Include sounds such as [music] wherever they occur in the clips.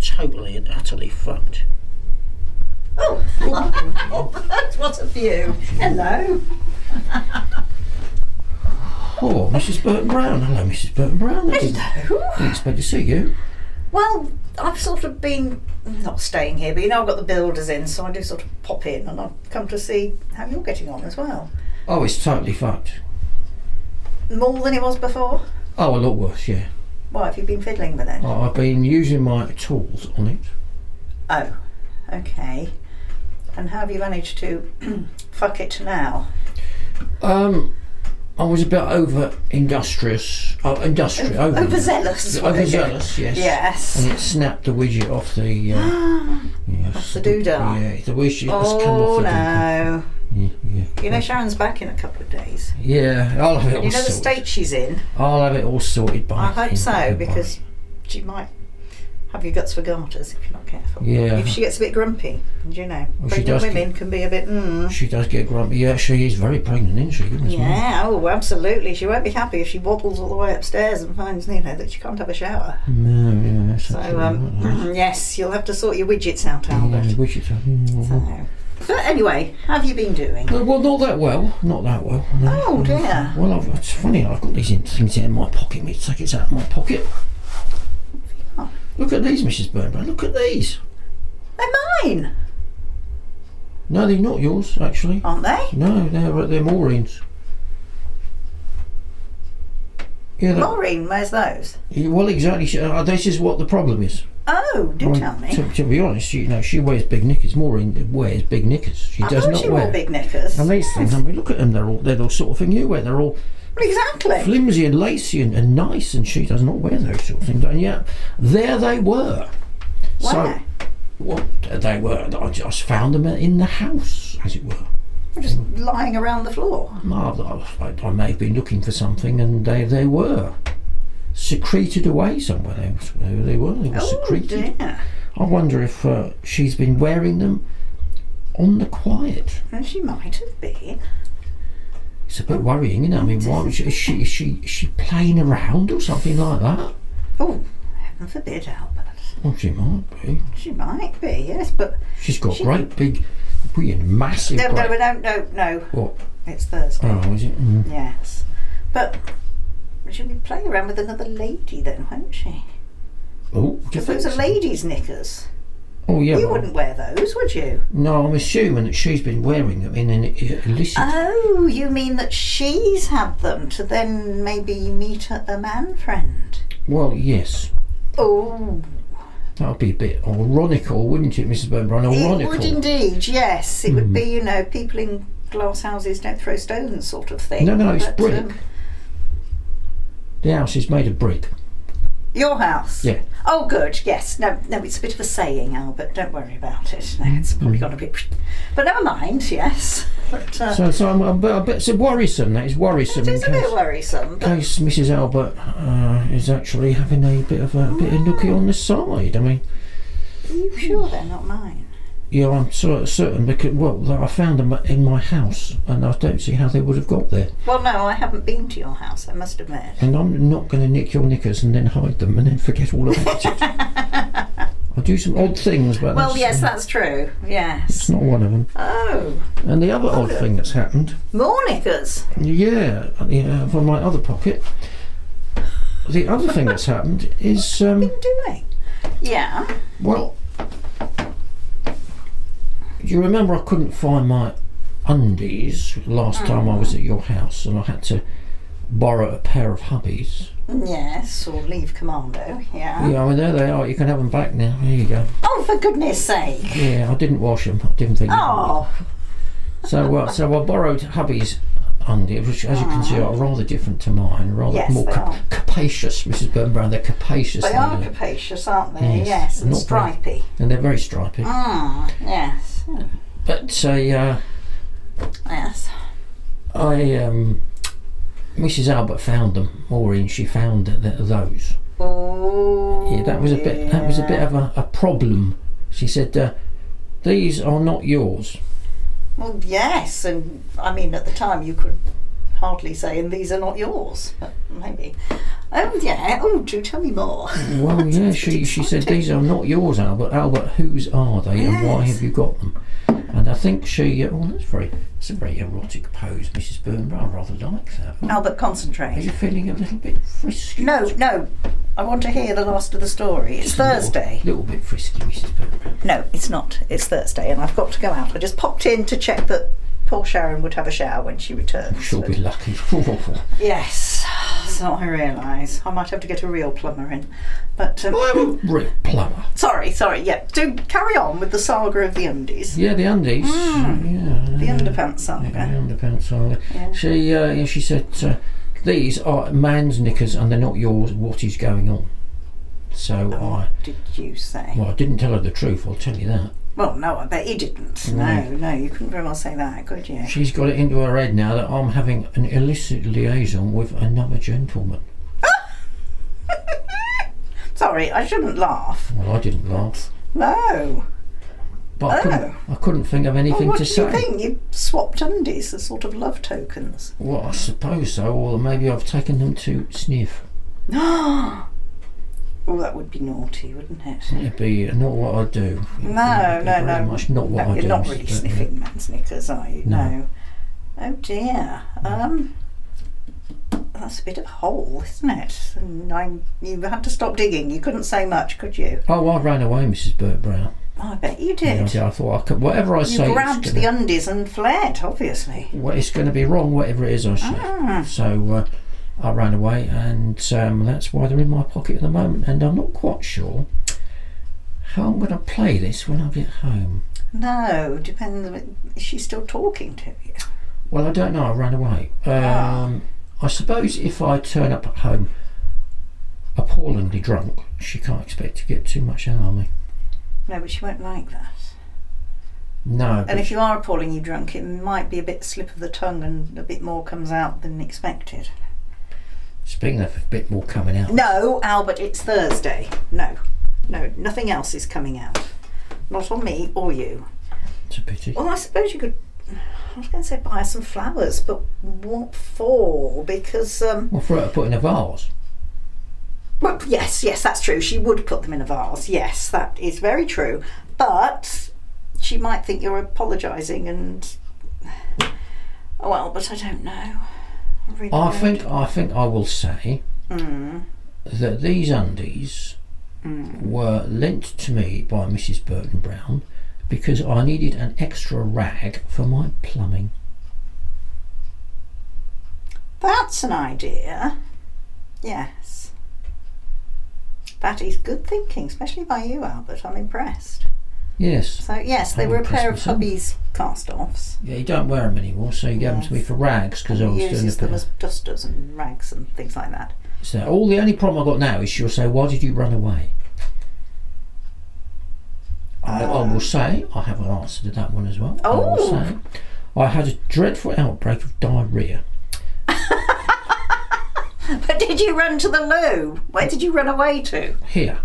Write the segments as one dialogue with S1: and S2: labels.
S1: totally and utterly fucked.
S2: Oh, hello. what a view. Hello.
S1: Oh, Mrs. Burton Brown. Hello, Mrs. Burton Brown. I didn't,
S2: Hello.
S1: didn't expect to see you.
S2: Well, I've sort of been not staying here, but you know I've got the builders in, so I do sort of pop in, and I've come to see how you're getting on as well.
S1: Oh, it's totally fucked.
S2: More than it was before.
S1: Oh, a lot worse, yeah.
S2: Why have you been fiddling with it?
S1: Oh, I've been using my tools on it.
S2: Oh, okay. And how have you managed to [clears throat] fuck it now?
S1: Um, I was a bit over industrious. Oh, industrious. Over,
S2: Overzealous. were you?
S1: Overzealous, yes. Mm.
S2: Yes.
S1: And it snapped the widget off the. Uh,
S2: [gasps]
S1: yes, off
S2: the doodah.
S1: Yeah, the widget has come
S2: Oh
S1: off the doodah.
S2: no!
S1: Yeah, yeah.
S2: You know Sharon's back in a couple of days.
S1: Yeah, I'll have it all
S2: You know the
S1: sorted.
S2: state she's in.
S1: I'll have it all sorted by.
S2: I hope
S1: in-
S2: so
S1: by-
S2: because she might have your guts for garters if you're not careful.
S1: Yeah.
S2: If she gets a bit grumpy, and you know,
S1: Well, she
S2: pregnant
S1: does
S2: women can be a bit. Mm,
S1: she does get grumpy. Yeah, she is very pregnant, isn't she? Goodness me.
S2: yeah. Oh, absolutely. She won't be happy if she waddles all the way upstairs and finds you know that she can't have a shower.
S1: No, Mm, yeah, that's
S2: So um, [clears throat] yes, you'll have to sort your widgets out, Albert. So. But anyway, how have you been doing?
S1: well, not that well. Not that well. no. Um,
S2: Oh dear.
S1: Well, I've, it's funny. I've got these in, things in my pocket. Me take it out of my pocket.
S2: Oh.
S1: Look at these, Mrs. Burnburn. Look at these.
S2: They're mine,
S1: No, they're not yours, actually.
S2: aren't they?
S1: No, they're they're Maureen's. Yeah, that-
S2: Maureen, where's those?
S1: yeah, well, exactly. she- uh, This is what the problem is.
S2: Oh, do
S1: I mean,
S2: tell me.
S1: To, to be honest, she, you know, she wears big knickers. Maureen wears big knickers. She
S2: I
S1: does
S2: thought
S1: not
S2: she
S1: wear.
S2: wore big knickers.
S1: And these things, I mean, look at them. They're all they're the sort of thing you wear. They're all
S2: Exactly.
S1: flimsy and lacy and, and nice, and she does not wear those sort of things. And yet, there they were.
S2: Why?
S1: So, what they were, I just found them in the house, as it were.
S2: just lying around the floor.
S1: I, I, I may have been looking for something, and they, they were secreted away somewhere. They, was- they were. They were secreted.
S2: Oh dear.
S1: I wonder if uh, she's been wearing them on the quiet.
S2: And she might have been.
S1: It's a bit worrying, isn't it? I mean, why was she, is she is she is she playing around or something like that?
S2: Oh, heaven forbid, Albert.
S1: Well, she might be.
S2: She might be, yes, but
S1: She's got
S2: She-
S1: great big, weird, massive.
S2: no, no,
S1: great,
S2: no, no, no.
S1: what?
S2: It's Thursday.
S1: Oh, is it? Mm.
S2: Yes, but she'll be playing around with another lady then, won't she?
S1: Oh, do you
S2: Those
S1: think
S2: are
S1: so?
S2: ladies' knickers.
S1: Oh yeah.
S2: You
S1: well,
S2: wouldn't wear those, would you?
S1: No, I'm assuming that she's been wearing them in an i- illicit.
S2: Oh, you mean that she's had them to then maybe meet a, a man friend?
S1: well, yes.
S2: Oh,
S1: That would be a bit ironical, wouldn't it, Mrs. Burnbrun? Ironical. Hmm.
S2: It would indeed, yes. It would be, you know, people in glass houses don't throw stones sort of thing.
S1: No, no, it's
S2: But, um,
S1: brick. the house is made of brick.
S2: your house?
S1: Yeah.
S2: Oh, good, yes. No, no, it's a bit of a saying, Albert. Don't worry about it.
S1: Hmm,
S2: No, it's probably got a bit. But never mind, yes. [laughs] But, uh,
S1: So, so I'm, I'm a bit, a bit so worrisome. That is worrisome.
S2: it is a
S1: in case,
S2: bit worrisome. But
S1: in case Mrs. Albert uh, is actually having a bit of a, bit of nookie on the side. I mean,
S2: are you sure they're not mine?
S1: yeah, I'm sort of certain because well, I found them in my house, and I don't see how they would have got there.
S2: Well, no, I haven't been to your house, I must admit.
S1: And I'm not going to nick your knickers and then hide them and then forget all about
S2: [laughs]
S1: it. I do some odd things, but
S2: Well,
S1: that's,
S2: yes, that's true.
S1: it's
S2: Yes.
S1: not one of them.
S2: Oh,
S1: And the other odd thing that's happened,
S2: Mornicas.
S1: yeah, yeah, from my other pocket. The other thing that's happened is, um,
S2: Doing. Yeah.
S1: well, you remember I couldn't find my undies last time I was at your house, and I had to borrow a pair of hubbies.
S2: Yes, or leave commando. Yeah.
S1: Yeah, I mean there they are. You can have them back now. There you go.
S2: Oh, for goodness sake.
S1: Yeah, I didn't wash them. I didn't think.
S2: Oh,
S1: So, uh, so I borrowed hubby's undie, which, as you can see, are rather different to mine. Rather
S2: Uh-huh. Yes,
S1: more
S2: they
S1: cap-
S2: are.
S1: capacious, Mrs. Burnbrown. They're capacious.
S2: they
S1: than
S2: are
S1: they-
S2: capacious, aren't they?
S1: Yes,
S2: Yes, and
S1: not very-
S2: stripy.
S1: and they're very stripy.
S2: Ah, yes, mm,
S1: But I, uh,
S2: yes.
S1: I, um, Mrs. Albert found them. Maureen, she found th- th- those.
S2: Oh,
S1: Yeah, that was a bit. That was a bit of a, a problem. She said, uh, "These are not yours."
S2: Well, yes, and I mean, at the time you could hardly saying these are not yours, but maybe. Oh yeah. Oh, do tell me more. [laughs]
S1: Well, yeah, she, she said, These are not yours, Albert. Albert, whose are they and why
S2: Yes.
S1: have you got them? And I think she, uh, oh, that's very, that's a very erotic pose, Mrs. Burnham. I rather like that.
S2: Albert,
S1: Are you
S2: concentrate.
S1: feeling a little bit frisky?
S2: No, no. I want to hear the last of the story. It's
S1: Just a little-
S2: Thursday.
S1: little bit frisky, Mrs. Burnham.
S2: No, it's not. It's Thursday, and I've got to go out. I just popped in to check that poor Sharon would have a shower when she returns.
S1: She'll
S2: but-
S1: be lucky. [laughs]
S2: Yes, that's what I realise. I might have to get a real plumber in. But um,
S1: Real plumber.
S2: sorry, sorry. Yeah, do carry on with the saga of the undies,
S1: Yeah, the undies. Yeah.
S2: Mm. the
S1: yeah.
S2: underpants
S1: Yeah,
S2: saga.
S1: the underpants saga.
S2: Yeah.
S1: She, uh, yeah, she said, uh, these are man's knickers and they're not yours. What is going on? So I,
S2: Did you say?
S1: well, I didn't tell her the truth. I'll tell you that.
S2: Well, no, I bet you didn't. No,
S1: Right.
S2: no, you couldn't very well say that, could you?
S1: She's got it into her head now that I'm having an illicit liaison with another gentleman.
S2: Sorry, I shouldn't laugh.
S1: Well, I didn't laugh,
S2: No.
S1: but I, couldn't, I couldn't think of anything
S2: Oh. well, what
S1: to
S2: do
S1: say.
S2: you think? You swapped undies, as sort of love tokens.
S1: Well, I suppose so, or maybe I've taken them to sniff.
S2: oh, that would be naughty, wouldn't it?
S1: It'd be not what I do. It'd be-
S2: No,
S1: it'd be
S2: no,
S1: very
S2: no.
S1: Much not what
S2: no,
S1: I
S2: you're
S1: do.
S2: not really
S1: but, uh,
S2: sniffing man's knickers, are you?
S1: No.
S2: Oh dear. Um, that's a bit of a hole, isn't it? And I, you had to stop digging. You couldn't say much, could you?
S1: Oh,
S2: Oh,
S1: I ran away, Mrs. Burt Brown.
S2: I bet you
S1: You know,
S2: did.
S1: I thought I could, whatever I
S2: you
S1: say,
S2: grabbed
S1: it's
S2: the
S1: gonna,
S2: undies and fled, obviously.
S1: well, it's going to be wrong, whatever it is I say.
S2: Ah,
S1: So uh, I ran away, and um, that's why they're in my pocket at the moment. And I'm not quite sure how I'm going to play this when I get home.
S2: no, depends. on- Is she still talking to you?
S1: Well, I don't know. I ran away. Um, I suppose if I turn up at home appallingly drunk, she can't expect to get too much out of me.
S2: No, but she won't like that.
S1: No.
S2: And if you are appalling you drunk, it might be a bit slip of the tongue and a bit more comes out than expected.
S1: Speaking of a bit more coming out,
S2: No, Albert, it's Thursday. No, no, nothing else is coming out. Not on me or you.
S1: it's a pity.
S2: Well, I suppose you could. I was going to say buy her some flowers, but what for? Because, um,
S1: Well, for her to put in a vase.
S2: well, yes, yes, that's true. She would put them in a vase. Yes, that is very true. But she might think you're apologising and. Oh, well, but I don't know. I, really
S1: I
S2: don't.
S1: think I think I will say that these undies were lent to me by Mrs. Burton Brown because I needed an extra rag for my plumbing.
S2: That's an idea. Yes. That is good thinking, especially by you, Albert. I'm impressed.
S1: Yes.
S2: So, yes, they
S1: I'm
S2: were a pair of
S1: impressed myself.
S2: hubby's cast offs.
S1: Yeah, you don't wear them anymore, so you gave them to me for rags because I was doing
S2: uses
S1: the
S2: them
S1: pair.
S2: as dusters and rags and things like that. [laughs]
S1: So all the only problem I got now is she'll say, "Why did you run away?" I, I will say I have an answer to that one as well. I will
S2: Oh.
S1: say I had a dreadful outbreak of diarrhea.
S2: But did you run to the loo? Where did you run away to?
S1: here,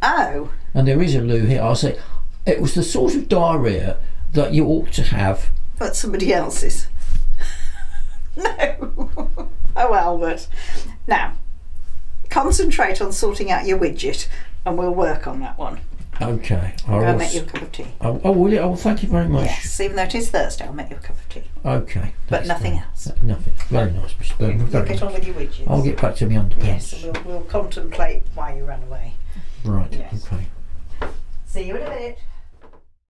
S2: Oh,
S1: and there is a loo here. I'll say it was the sort of diarrhea that you ought to have.
S2: but somebody else's. [laughs] no. [laughs] oh, Albert. Now, concentrate on sorting out your widget and we'll work on that one.
S1: Okay, I
S2: Go
S1: will.
S2: and make
S1: s-
S2: you a cup of tea.
S1: Oh, oh, will you? Oh, thank you very much.
S2: Yes, even though it is Thursday, I'll make you a cup of tea.
S1: Okay,
S2: But
S1: that's
S2: nothing
S1: fine.
S2: else.
S1: That- Nothing. Very nice, Miss Burton.
S2: You'll
S1: Very
S2: get
S1: nice.
S2: on with your widgets.
S1: I'll get back to my underpants.
S2: Yes, and we'll, we'll contemplate why you ran away.
S1: Right.
S2: Yes.
S1: Okay.
S2: See you in a minute.